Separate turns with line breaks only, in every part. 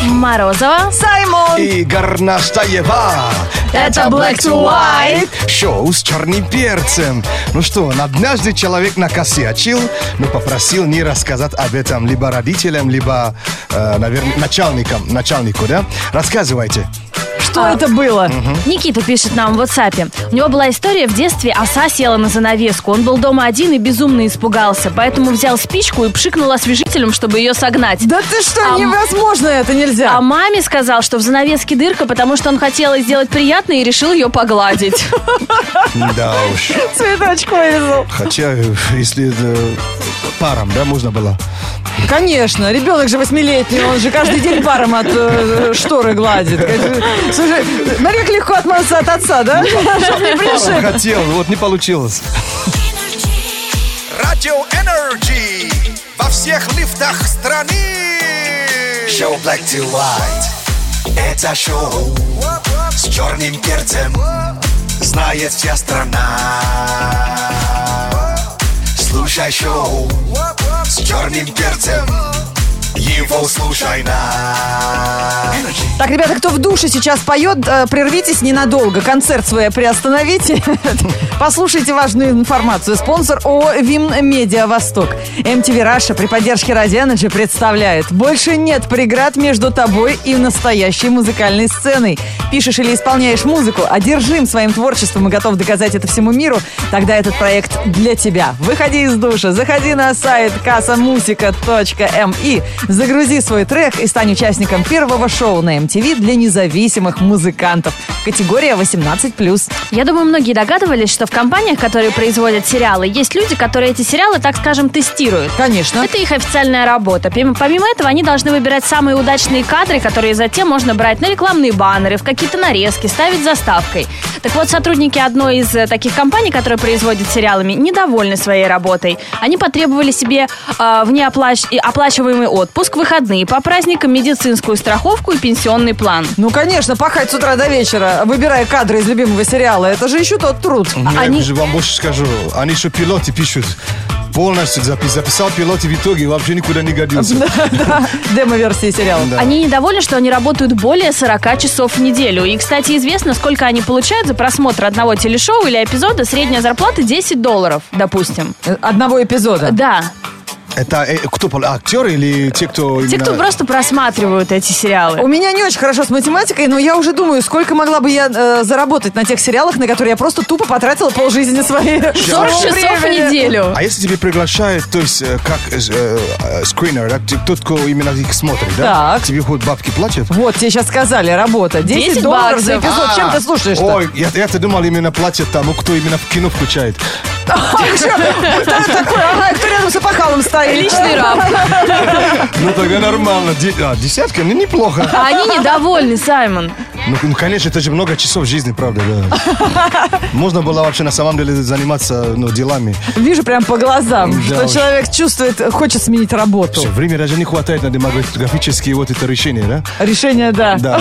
Морозова.
Саймон!
И Горнастаева.
Это Black to White.
Шоу с черным перцем. Ну что, однажды человек накосячил, но ну, попросил не рассказать об этом либо родителям, либо, наверное, начальникам. Начальнику, да? Рассказывайте.
Что это было?
Никита пишет нам в WhatsApp. У него была история в детстве. Оса села на занавеску. Он был дома один и безумно испугался. Поэтому взял спичку и пшикнул освежителем, чтобы ее согнать.
Да ты что,
Ам.
невозможно это нельзя.
А маме сказал, что в занавеске дырка, потому что он хотел ей сделать приятно и решил ее погладить.
Да уж.
Цветочек вырезал.
Хотя, э, если э, парам, да, можно было.
Конечно, ребенок же восьмилетний, он же каждый день паром от э, шторы гладит. Слушай, смотри, как легко отмазаться от отца, да? Чтоб не пришиб.
Хотел, вот не получилось.
Радио Энерджи во всех лифтах страны. Шоу Black to White. Это шоу с черным перцем. Знает вся страна. Слушай шоу с черным перцем. Его слушай на. Energy.
Так, ребята, кто в душе сейчас поет, э, прервитесь ненадолго. Концерт свой приостановите. Послушайте важную информацию. Спонсор ООО «Вим Медиа Восток». MTV Раша при поддержке Ради Energy представляет. Больше нет преград между тобой и настоящей музыкальной сценой. Пишешь или исполняешь музыку, одержим своим творчеством и готов доказать это всему миру, тогда этот проект для тебя. Выходи из душа, заходи на сайт kassamusica.mi, загрузи свой трек и стань участником первого шоу на MTV для независимых музыкантов. Категория 18+.
Я думаю, многие догадывались, что в компаниях, которые производят сериалы, есть люди, которые эти сериалы, так скажем, тестируют.
Конечно.
Это их официальная работа. Пим- Помимо этого, они должны выбирать самые удачные кадры, которые затем можно брать на рекламные баннеры, в какие-то нарезки, ставить заставкой. Так вот, сотрудники одной из э, таких компаний, которые производят сериалами, недовольны своей работой. Они потребовали себе э, внеоплач- и оплачиваемый отпуск, выходные по праздникам, медицинскую страховку и пенсионный план.
Ну, конечно, пахать с утра до вечера, выбирая кадры из любимого сериала, это же еще тот труд.
Они-
Я же вам больше скажу. Они еще пилоты пишут. Полностью запи- записал пилоты в итоге, вообще никуда не годился.
Да, демо-версии сериала.
Да.
Они недовольны, что они работают более 40 часов в неделю. И, кстати, известно, сколько они получают за просмотр одного телешоу или эпизода. Средняя зарплата 10 долларов, допустим.
Э, Одного эпизода.
Да,
Это э, кто, пол- актеры или те, кто...
те,
именно-
кто просто просматривают эти
У
сериалы.
меня не очень хорошо с математикой, но я уже думаю, сколько могла бы я э, заработать на тех сериалах, на которые я просто тупо потратила полжизни своей.
40
своего
часов в
времени.
неделю.
А если тебе приглашают, то есть э, как э, э, скринер, да, те- тот, кто именно их смотрит, да?
Так.
Тебе хоть бабки платят?
Вот, тебе сейчас сказали, работа. 10,
10
долларов за
баксов. А.
эпизод. Чем ты слушаешь-то?
А. Ой, я- я-то думал, именно платят тому, кто именно в кино включает.
Да, такой, ага, А, кто рядом с опахалом стоит?
Личный раб.
Ну тогда нормально. Де- а, десятка, ну неплохо.
А они недовольны, Саймон.
Ну, ну, конечно, это же много часов жизни, правда, да. Можно было вообще на самом деле заниматься ну, делами.
Вижу прям по глазам,
Да
что
уж.
человек чувствует, э, хочет сменить работу.
Все, время даже не хватает на демографические вот это решения, да?
Решение, да.
Да,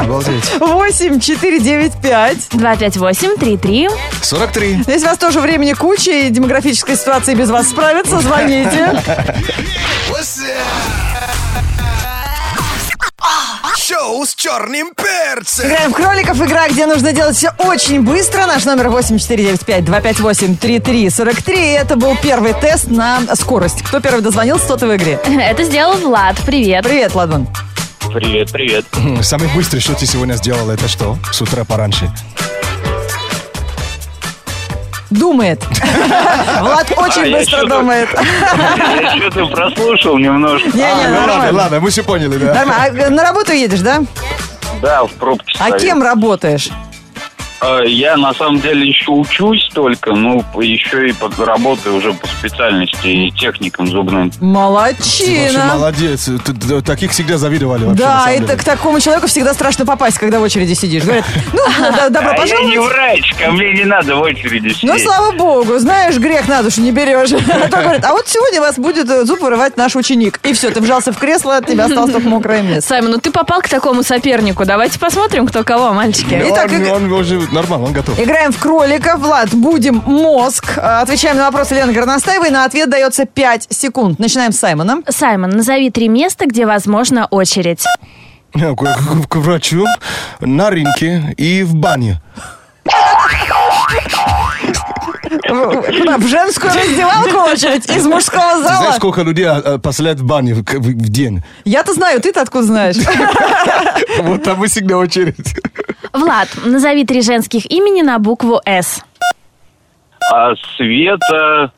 обалдеть.
8, 4, 9, 5.
258-33.
43.
Здесь у вас тоже времени куча, и демографическая ситуация без вас справится. Звоните.
Шоу с черным перцем.
Играем в кроликов. Игра, где нужно делать все очень быстро. Наш номер 8495-258-3343. Это был первый тест на скорость. Кто первый дозвонился, тот и в игре.
Это сделал Влад. Привет.
Привет, Ладван.
Привет, привет.
М, Хм, Самый быстрый, что ты сегодня сделал, это что? С утра пораньше.
Думает. Влад
А,
очень
я
быстро
чё-то-
думает.
Я что-то прослушал немножко.
Не-не,
Ну, ладно,
А, нормально.
ладно, мы все поняли, да?
Нормально. А, э, На работу едешь, да?
Да, в пробке
А
стою.
кем работаешь?
А, Я на самом деле еще учусь только, ну, еще и под- работаю уже по специальности и техником зубным.
Вообще
Молодчина.
молодец. Ты- ты- Таких всегда завидовали вообще. на
Да,
самом
это
деле.
к такому человеку всегда страшно попасть, когда в очереди сидишь. Говорят, ну, да, добро
а я не
пожаловать.
врач, ко мне не надо в очереди сидеть.
Ну, слава богу, знаешь, грех на душу не берешь. А то говорят, а вот сегодня вас будет э, зуб вырывать наш ученик. И все, ты вжался в кресло, от тебя осталось только мокрое место.
Саймон, ну ты попал к такому сопернику. Давайте посмотрим, кто кого, мальчики.
Итак,
Он-
и-
он уже нормально, он готов.
Играем в кролика. Влад, будем мозг. Э, Отвечаем на вопросы Лены Горностаевой. На ответ дается 5 секунд. Начинаем с Саймона.
Саймон, назови три места, где возможна очередь.
к, к- к врачу, на рынке и в бане.
Куда, В женскую раздевалку очередь из мужского
Ты знаешь,
зала?
сколько людей а, а, посылают в баню в- в в день?
Я-то знаю, ты-то откуда знаешь?
Вот там и всегда очередь.
Влад, назови три женских имени на букву «С».
А Света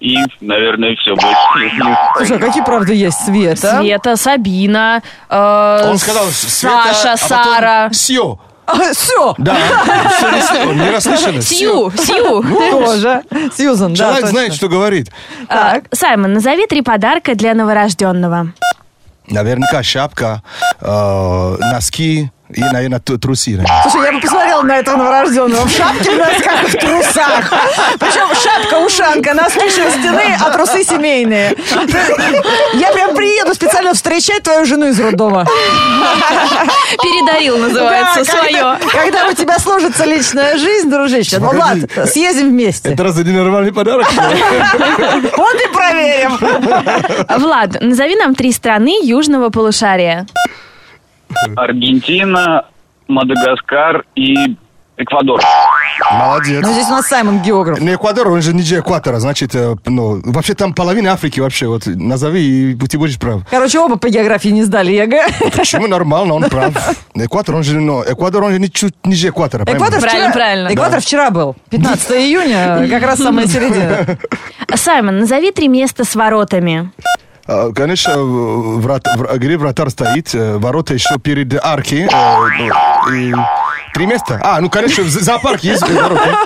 и, наверное, все больше.
Слушай, а какие, правда, есть? Света.
Света, Сабина, э,
Он сказал, Света,
Саша,
а потом
Сара.
Сио.
Все,
Да, всё не слышно, не расслышали.
Сью, Сью.
Ну,
тоже. Сьюзан, да,
Человек
точно.
знает, что говорит.
Так.
А, Саймон, назови три подарка для новорожденного.
Наверняка шапка, э, носки и, наверное, тру- трусы. наверное.
Слушай, я бы посмотрела на этого новорожденного в шапке, в носках, и в трусах. Причем шапка-ушанка, носки шерстяные, а трусы семейные. Я прям приеду специально встречать твою жену из роддома.
Передарил, называется,
Да, когда-
свое.
Когда у тебя сложится личная жизнь, дружище. Ну,
Погоди.
ладно, съездим вместе.
Это разве не нормальный подарок? что ли?
Вот и проверим.
Влад, назови нам три страны южного полушария.
Аргентина, Мадагаскар и Эквадор.
Молодец.
Ну, здесь у нас Саймон географ.
Не Эквадор, он же не экватора, значит, э, ну, вообще там половина Африки вообще, вот, назови, и ты будешь прав.
Короче, оба по географии не сдали ЕГЭ.
Почему нормально, он прав. Экватор, он же, ну, Эквадор, он же не чуть ниже экватора.
Экватор
Правильно,
вчера,
правильно.
Экватор вчера был. 15 июня, как раз самая середина.
Саймон, назови три места с воротами.
А, Конечно, э, врат, вра- где вратарь стоит, э, ворота еще перед арки. э, ну, и Три места? А, ну, конечно, в з- зоопарк есть ворота.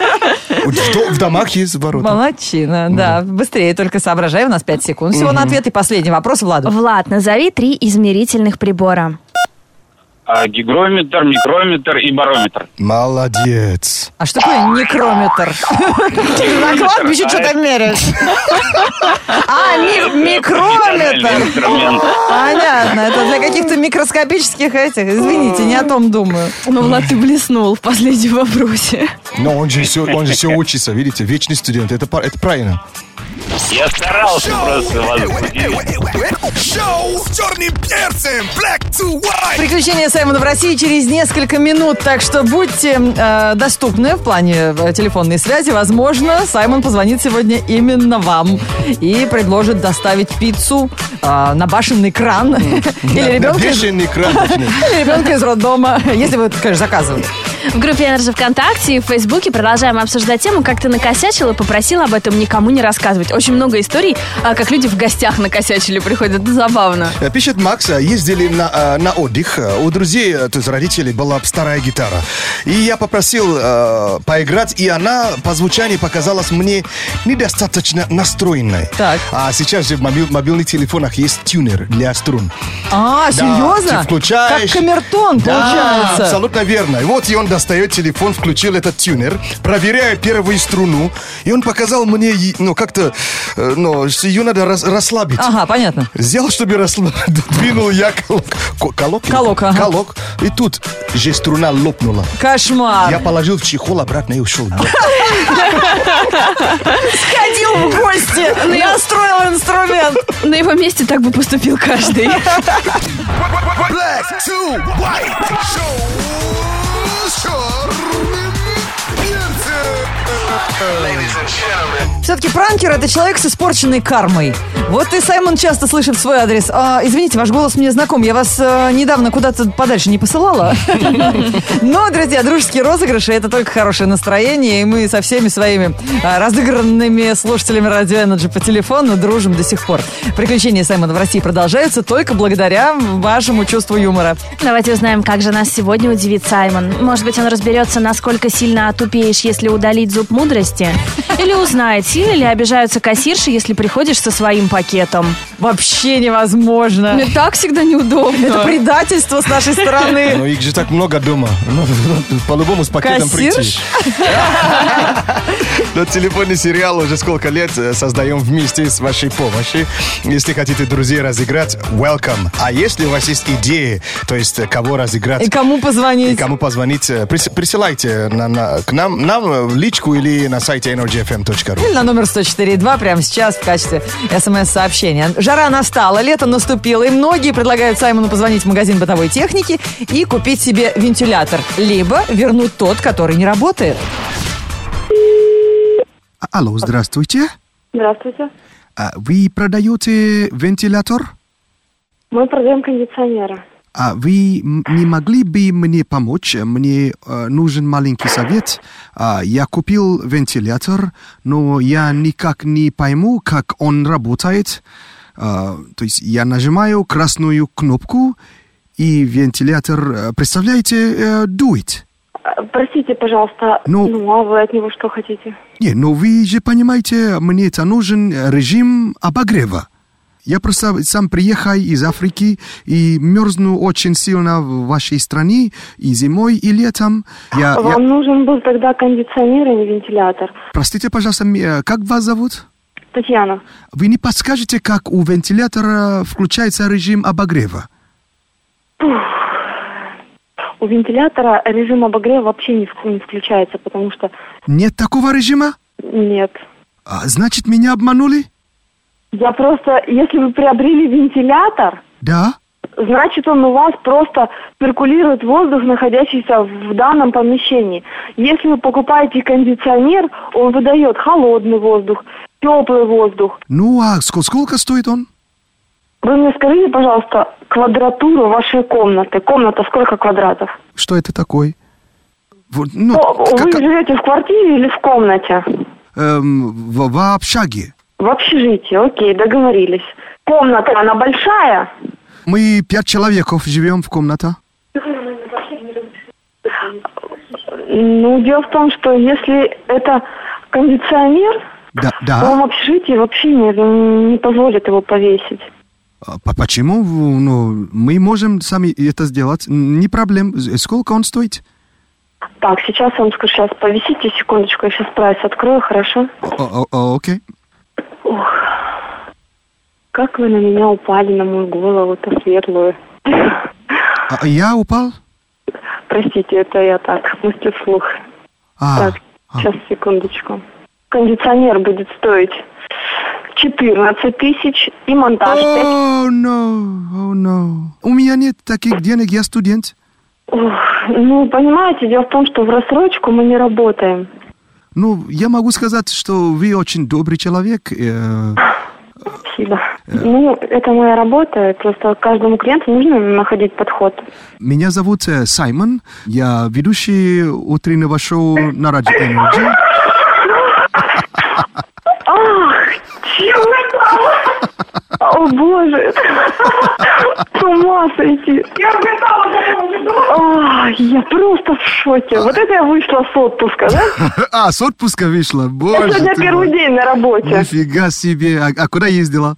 В до- В домах есть ворота.
Молодчина, да. Быстрее только соображай, у нас 5 секунд. Всего на ответ и последний вопрос Владу.
Влад, назови три измерительных прибора.
А гигрометр, микрометр и барометр.
Молодец.
А что такое некрометр? Ты на кладбище что-то меряешь. А, ми-
Специальный
микрометр.
инструмент.
Понятно, это для каких-то микроскопических этих. Извините, не о том думаю.
Ну, Влад, ты блеснул в последнем вопросе.
Но он же все, он же все учится, видите, вечный студент. Это, пар- это правильно.
Я старался просто вас удивить.
Шоу с черным перцем. Black to white.
Приключения Саймона в России через несколько минут, так что будьте э, доступны в плане э, телефонной связи. Возможно, Саймон позвонит сегодня именно вам и предложит доставить пиццу э, на башенный кран или ребенка из-
Бешеный кран, точнее.
или ребенка из роддома, если вы, конечно, заказываете.
В группе Energy ВКонтакте и в Фейсбуке продолжаем обсуждать тему, как ты накосячил и попросил об этом никому не рассказывать. Очень много историй, а, как люди в гостях накосячили, приходят. Это забавно.
Э, Пишет Макс, э, ездили на, э, на отдых. э, У друзей, э, то есть родителей, была старая гитара. И я попросил э, поиграть, и она по звучанию показалась мне недостаточно настроенной.
Так.
А сейчас же в мобил- мобильных телефонах есть тюнер для струн.
А,
Да,
серьезно?
ты включаешь.
Как камертон
Да,
получается.
абсолютно верно. И вот и он достает телефон, включил этот тюнер, проверяю первую струну, и он показал мне, и- ну, как-то, э, ну, что ее надо рас- расслабить.
Ага, понятно.
Сделал, чтобы расслаб... Двинул я колок. Ко- Колок?
Колок, ага.
Колок. И тут же струна лопнула. Я
Кошмар.
положил в чехол обратно и ушел.
Ходил в гости, настроил инструмент.
На его месте так бы поступил каждый.
Black to white. Шоу с черным перцем. Ladies and gentlemen.
Все-таки пранкер это человек с испорченной кармой. Вот и Саймон часто слышит в свой адрес. «А, извините, ваш голос мне знаком. Я вас э, недавно куда-то подальше не посылала. Но, друзья, дружеские розыгрыши это только хорошее настроение. И мы со всеми своими э, разыгранными слушателями радио Energy по телефону дружим до сих пор. Приключения Саймона в России продолжаются только благодаря вашему чувству юмора.
Давайте узнаем, как же нас сегодня удивит Саймон. Может быть, он разберется, насколько сильно отупеешь, если удалить зуб мудрости? Или узнает, сильно ли обижаются кассирши, если приходишь со своим пакетом?
Вообще невозможно.
так всегда неудобно.
Это предательство с нашей стороны.
Но Ну, их же так много дома. Ну, По-любому с пакетом прийти.
Кассирш?
Но телефонный сериал уже сколько лет э, создаем вместе с вашей помощью. Если хотите, друзей разыграть, welcome. А если у вас есть идеи, то есть э, кого разыграть,
И кому
и
позвонить?
кому позвонить, э, прис- присылайте на- на- к нам, нам э, в личку или или на сайте energyfm.ru.
Или на номер 104.2 прямо сейчас в качестве смс-сообщения. Жара настала, лето наступило, и многие предлагают Саймону позвонить в магазин бытовой техники и купить себе вентилятор. Либо вернуть тот, который не работает.
А, Алло, здравствуйте.
Здравствуйте.
А Вы продаете вентилятор?
Мы продаем кондиционеры.
А вы м- не могли бы мне помочь? Мне э, нужен маленький совет. А, я купил вентилятор, но я никак не пойму, как он работает. А, то есть я нажимаю красную кнопку, и вентилятор, э, представляете, э, дует.
А, Простите, пожалуйста,
Ну-
ну... а вы от него что хотите?
Не, но вы же понимаете, мне это нужен э, режим обогрева. Я просто сам приехал из Африки и мерзну очень сильно в вашей стране и зимой, и летом. а Я, я-
Вам нужен был тогда кондиционер, а не вентилятор.
Простите, пожалуйста, м- э, как вас зовут?
Татьяна,
Вы не подскажете, как у вентилятора включается режим обогрева?
у вентилятора режим обогрева вообще не, вк- не включается, потому что
Нет такого режима?
нет.
А, значит, меня обманули?
Я просто, если вы приобрели вентилятор,
Да?
значит он у вас просто циркулирует воздух, находящийся в данном помещении. Если вы покупаете кондиционер, он выдает холодный воздух, теплый воздух.
Ну, а ск- сколько стоит он?
Вы мне скажите, пожалуйста, квадратуру вашей комнаты. Комната сколько квадратов?
Что это такое? Вот, ну,
О,
к-
Вы
к-
живете в квартире или в комнате?
эм, в, в общаге.
В общежитии, окей, договорились. Комната, она большая?
Мы пять человеков живем в комнате.
Ну, дело в том, что если это кондиционер,
Да,
то вам
да.
общежитие вообще не, не позволит его повесить.
А по- почему? Ну, мы можем сами это сделать. Не проблем. Э, Сколько он стоит?
Так, сейчас я вам скажу, сейчас повисите секундочку, я сейчас прайс открою, хорошо?
О- о- о- Окей.
Как вы на меня упали, на мою голову-то светлую.
А я упал?
Простите, это я так, в смысле вслух.
А,
Так, сейчас, секундочку. Кондиционер будет стоить 14 тысяч и монтаж. пять-
О, no, о, no. У меня нет таких денег, я студент.
Ух, Ну, понимаете, дело в том, что в рассрочку мы не работаем.
Ну, я могу сказать, что вы очень добрый человек. э,
Спасибо. Ну, это моя работа, и просто каждому клиенту нужно находить подход.
Меня зовут э, Саймон. Я ведущий утреннего шоу на радио Energy.
Ах, О, боже! С ума сойти! Ах, я просто в шоке. Вот это я вышла с отпуска, да?
А, с отпуска вышла. Боже
Я сегодня
ты
первый
мой.
день на работе,
Нифига себе. А, а куда ездила?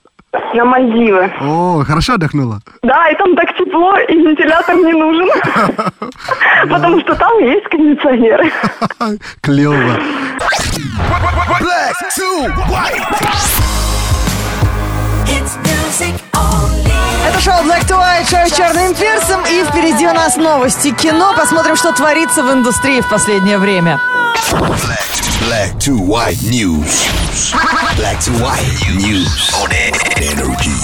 на Мальдивы.
О, хорошо отдохнула.
Да, и там так тепло, и вентилятор не нужен. Потому что там есть кондиционеры.
Клево.
Black to white.
Hits music only.
Это шоу Black to White, шоу с черным перцем. И впереди у нас новости кино. Посмотрим, что творится в индустрии в последнее время.
Black to white news. Black to white news on energy.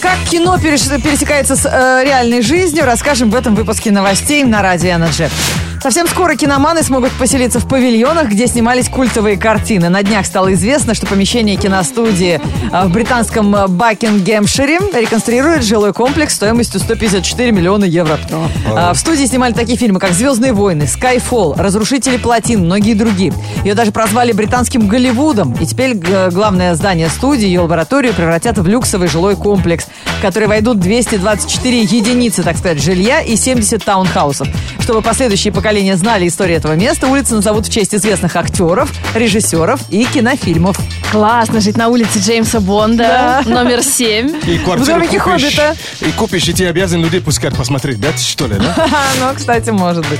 Как кино переш- пересекается с э, реальной жизнью, расскажем в этом выпуске новостей на Радио Energy. Совсем скоро киноманы смогут поселиться в павильонах, где снимались культовые картины. На днях стало известно, что помещение киностудии э, в британском э, Бакингемшире реконструирует жилой комплекс стоимостью 154 миллиона евро. А, В студии снимали такие фильмы, как «Звездные войны», «Skyfall», «Разрушители плотин», многие другие. Ее даже прозвали британским Голливудом. И теперь э, главное здание студии, ее лабораторию превратят в люксовый жилой комплекс, в который войдут 224 единицы, так сказать, жилья и 70 таунхаусов. Чтобы последующие поколения знали историю этого места, улицы назовут в честь известных актеров, режиссеров и кинофильмов.
классно жить на улице Джеймса Бонда, номер 7.
И квартиру
домике
купишь,
Хоббита.
и купишь, и ты обязан людей пускать посмотреть, да, что ли, да?
Ну, кстати, может быть.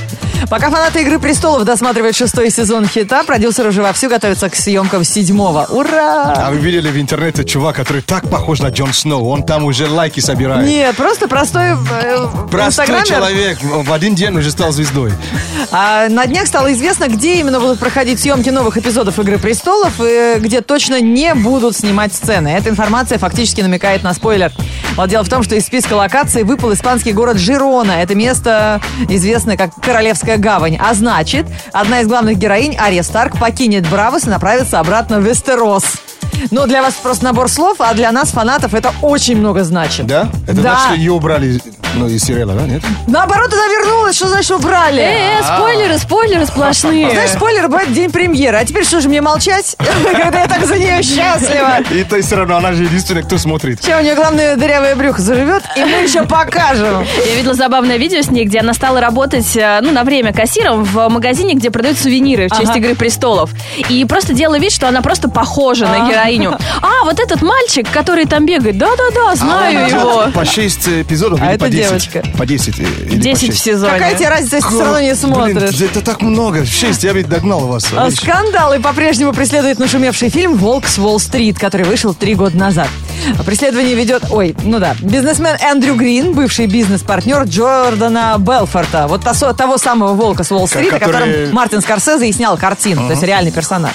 Пока фанаты «Игры престолов» досматривают шестой сезон хита, продюсер уже вовсю готовится к съемкам седьмого. Ура!
А вы видели в интернете чувак, который так похож на Джон Сноу, он там уже лайки собирает.
Нет, просто простой э,
Простой
инстаграмер.
человек в один день уже стал звездой.
А на днях стало известно, где именно будут проходить съемки новых эпизодов «Игры престолов» и э, где точно не будут снимать сцены. Эта информация фактически намекает на спойлер. Вот дело в том, что из списка локаций выпал испанский город Жирона. Это место известное как Королевская гавань. А значит, одна из главных героинь, Ария Старк, покинет Бравос и направится обратно в Вестерос. Но для вас просто набор слов, а для нас, фанатов, это очень много значит.
Да? Это
да.
значит, что ее убрали ну, из сериала, да? Нет?
Наоборот, она вернулась. Что значит убрали?
Э, ну спойлеры, спойлеры сплошные.
Знаешь, спойлер бывает в день премьеры. А теперь что же мне молчать, когда я так за нее счастлива?
И то есть все равно она же единственная, кто смотрит.
Че, у нее главное дырявое брюхо заживет, и мы еще покажем.
Я видела забавное видео с ней, где она стала работать, э, ну, на время кассиром в магазине, где продают сувениры в честь
Ага.
«Игры престолов». И просто делала вид, что она просто похожа на героиню. А, вот этот мальчик, который там бегает. Да-да-да, знаю его.
По 6 эпизодов или
А это
по 10?
девочка.
По 10 или по
10 в
шесть?
сезоне.
Какая тебе разница, если ты все равно не смотришь?
Блин, это так много. 6, я ведь догнал вас.
А
видишь?
Скандалы по-прежнему преследует нашумевший фильм «Волк с Уолл-стрит», который вышел три года назад. Преследование ведет, ой, ну да, бизнесмен Эндрю Грин, бывший бизнес-партнер Джордана Белфорта, вот тосо- того самого «Волка с Уолл-стрит», о
Который-
котором Мартин Скорсезе и снял картину, то есть реальный персонаж.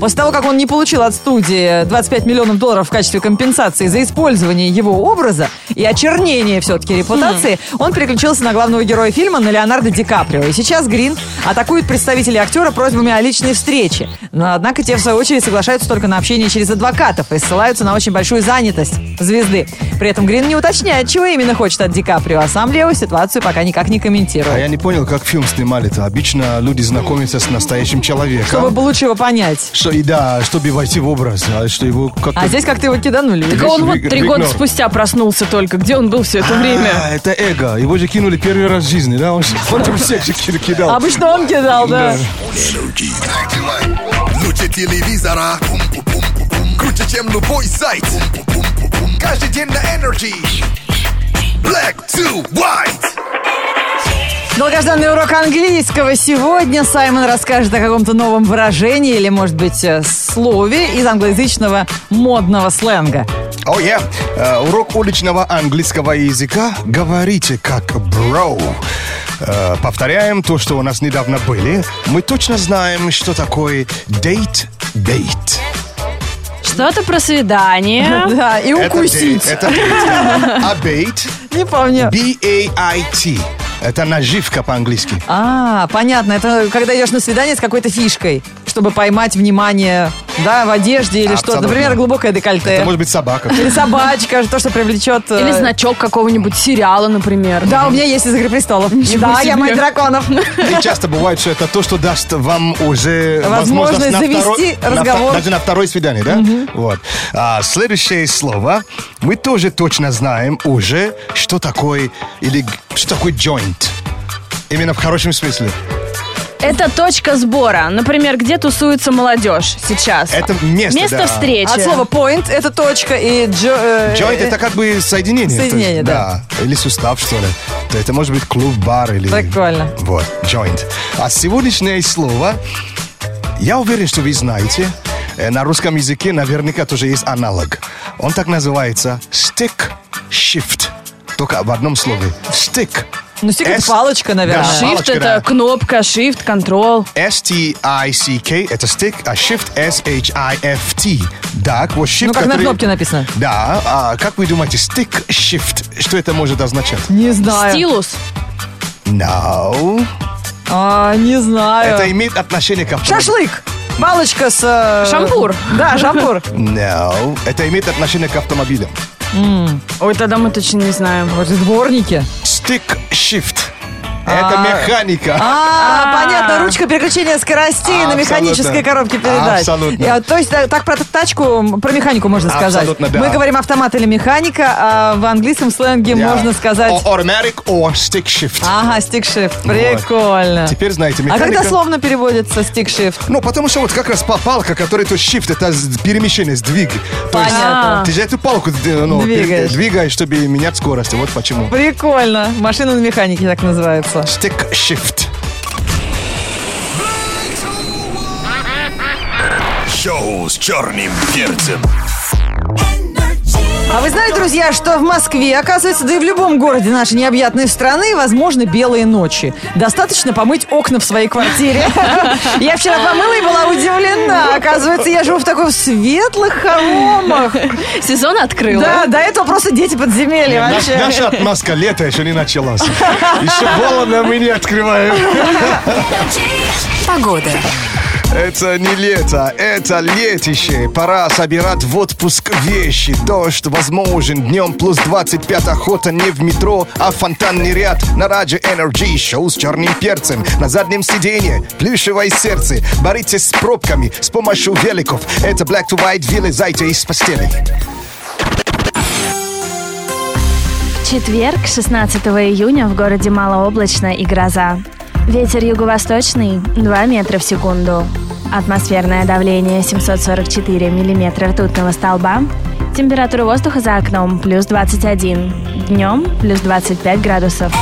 После того, как он не получил от студии 25 миллионов долларов в качестве компенсации за использование его образа и очернение все-таки репутации,
Хм.
он переключился на главного героя фильма, на Леонардо Ди Каприо. И сейчас Грин атакует представителей актера просьбами о личной встрече. Но, однако, те, в свою очередь, соглашаются только на общение через адвокатов и ссылаются на очень большую занятость звезды. При этом Грин не уточняет, чего именно хочет от Ди Каприо, а сам Лео ситуацию пока никак не
А
комментирует.
я не понял, как фильм снимали-то. Обычно люди знакомятся с настоящим человеком.
Чтобы лучше его понять.
Что, и да, чтобы войти в образ, а что его как-то...
А здесь как-то его киданули. видишь?
Так он вот
Вик-
три года
Виктор.
спустя проснулся только. Где он был все это время?
А, это эго. Его же кинули первый раз в жизни, да? Он, же- он же всех же ки- кидал.
Обычно он кидал, да.
Энергия. Лучше телевизора. Круче, чем любой сайт. Каждый день на Energy. Black to white.
Долгожданный урок английского. Сегодня Саймон расскажет о каком-то новом выражении или, может быть, э, слове из англоязычного модного сленга.
О, я. Э, урок уличного английского языка. Говорите как бро. Э, повторяем то, что у нас недавно были. Мы точно знаем, что такое дейт-дейт.
Что-то про свидание.
Да, и
Это
укусить.
дейт, Это дейт. А бейт?
Не помню.
B-A-I-T. Это наживка по-английски.
А, понятно. Это когда идешь на свидание с какой-то фишкой, чтобы поймать внимание, да, в одежде или что-то.
Абсолютно.
Например, глубокое декольте.
Это может быть собака.
Или собачка, то, что привлечет... э,
Или значок какого-нибудь сериала, например.
Да, у меня есть из «Игры престолов».
Ничего
Да, я
себе.
мать драконов.
И часто бывает, что это то, что даст вам уже
Возможность
возможность, на
завести
второй- на
разговор.
втор- даже на второе свидание, да? Вот. А следующее слово мы тоже точно знаем уже, что такое или г- что такое joint. Именно в хорошем смысле.
Это точка сбора. Например, где тусуется молодежь сейчас.
Это место,
Место
да.
встречи.
От слова point это точка и джо- э,
Joint
э,
это как бы соединение. то есть,
Соединение, да.
Или сустав, что ли. То это может быть клуб, бар или...
Прикольно.
Вот, joint. А сегодняшнее слово, я уверен, что вы знаете, Э, на русском языке наверняка тоже есть аналог. Он так называется stick shift. Только в одном слове. Stick.
Ну, стик это
S-
палочка, наверное.
Да.
Shift
Палочка,
это
да.
кнопка, shift, control.
S-T-I-C-K, это stick, а shift S-H-I-F-T. Так, вот shift,
Ну, как на
который-
кнопке написано.
Да, а как вы думаете, stick shift, что это может означать?
Не знаю.
Стилус.
No.
А, не знаю.
Это имеет отношение к автомобилю.
Шашлык. Палочка с... э,
Шампур.
Да, шампур.
No. Это имеет отношение к автомобилям.
Ой, тогда мы точно не знаем.
Может, дворники?
Stick shift. Это Это механика.
А,
А.
понятно, ручка переключения скоростей на
Абсолютно.
механической коробке передач.
Абсолютно.
Я- то есть да, так про тачку, про механику можно сказать.
Абсолютно, да.
Мы говорим автомат или механика, а в английском сленге можно сказать... А.
Automatic or stick shift.
Ага, стикшифт. Прикольно.
Теперь знаете
А
механика.
когда словно переводится стикшифт?
Ну, потому что вот как раз па- палка, которая то shift, это с- перемещение, сдвиг. То есть
Понятно.
ты же эту палку э, ну,
Двигаешь.
двигаешь. двигаешь, чтобы менять скорость. Вот почему.
Прикольно. Машина на механике так называется.
Stick shift.
Шоу с черным перцем.
А вы знали, друзья, что в Москве, оказывается, да и в любом городе нашей необъятной страны, возможны белые ночи. Достаточно помыть окна в своей квартире. Я вчера помыла и была удивлена. Оказывается, я живу в такой светлых хоромах.
Сезон открыл.
Да, до этого просто дети подземелья
Наш-
вообще.
наша отмазка лета еще не началась. Еще холодно мы не открываем.
Погода.
Это не лето, это летище. Пора собирать в отпуск вещи. Дождь возможен днем плюс 25 охота не в метро, а в фонтанный ряд. На радио Energy шоу с черным перцем. На заднем сиденье плюшевое сердце. Боритесь с пробками с помощью великов. Это Black to White вылезайте из постели.
В четверг, 16 июня, в городе малооблачно и гроза. Ветер юго-восточный 2 метра в секунду. Атмосферное давление 744 миллиметра ртутного столба. Температура воздуха за окном плюс 21. Днем плюс 25 градусов.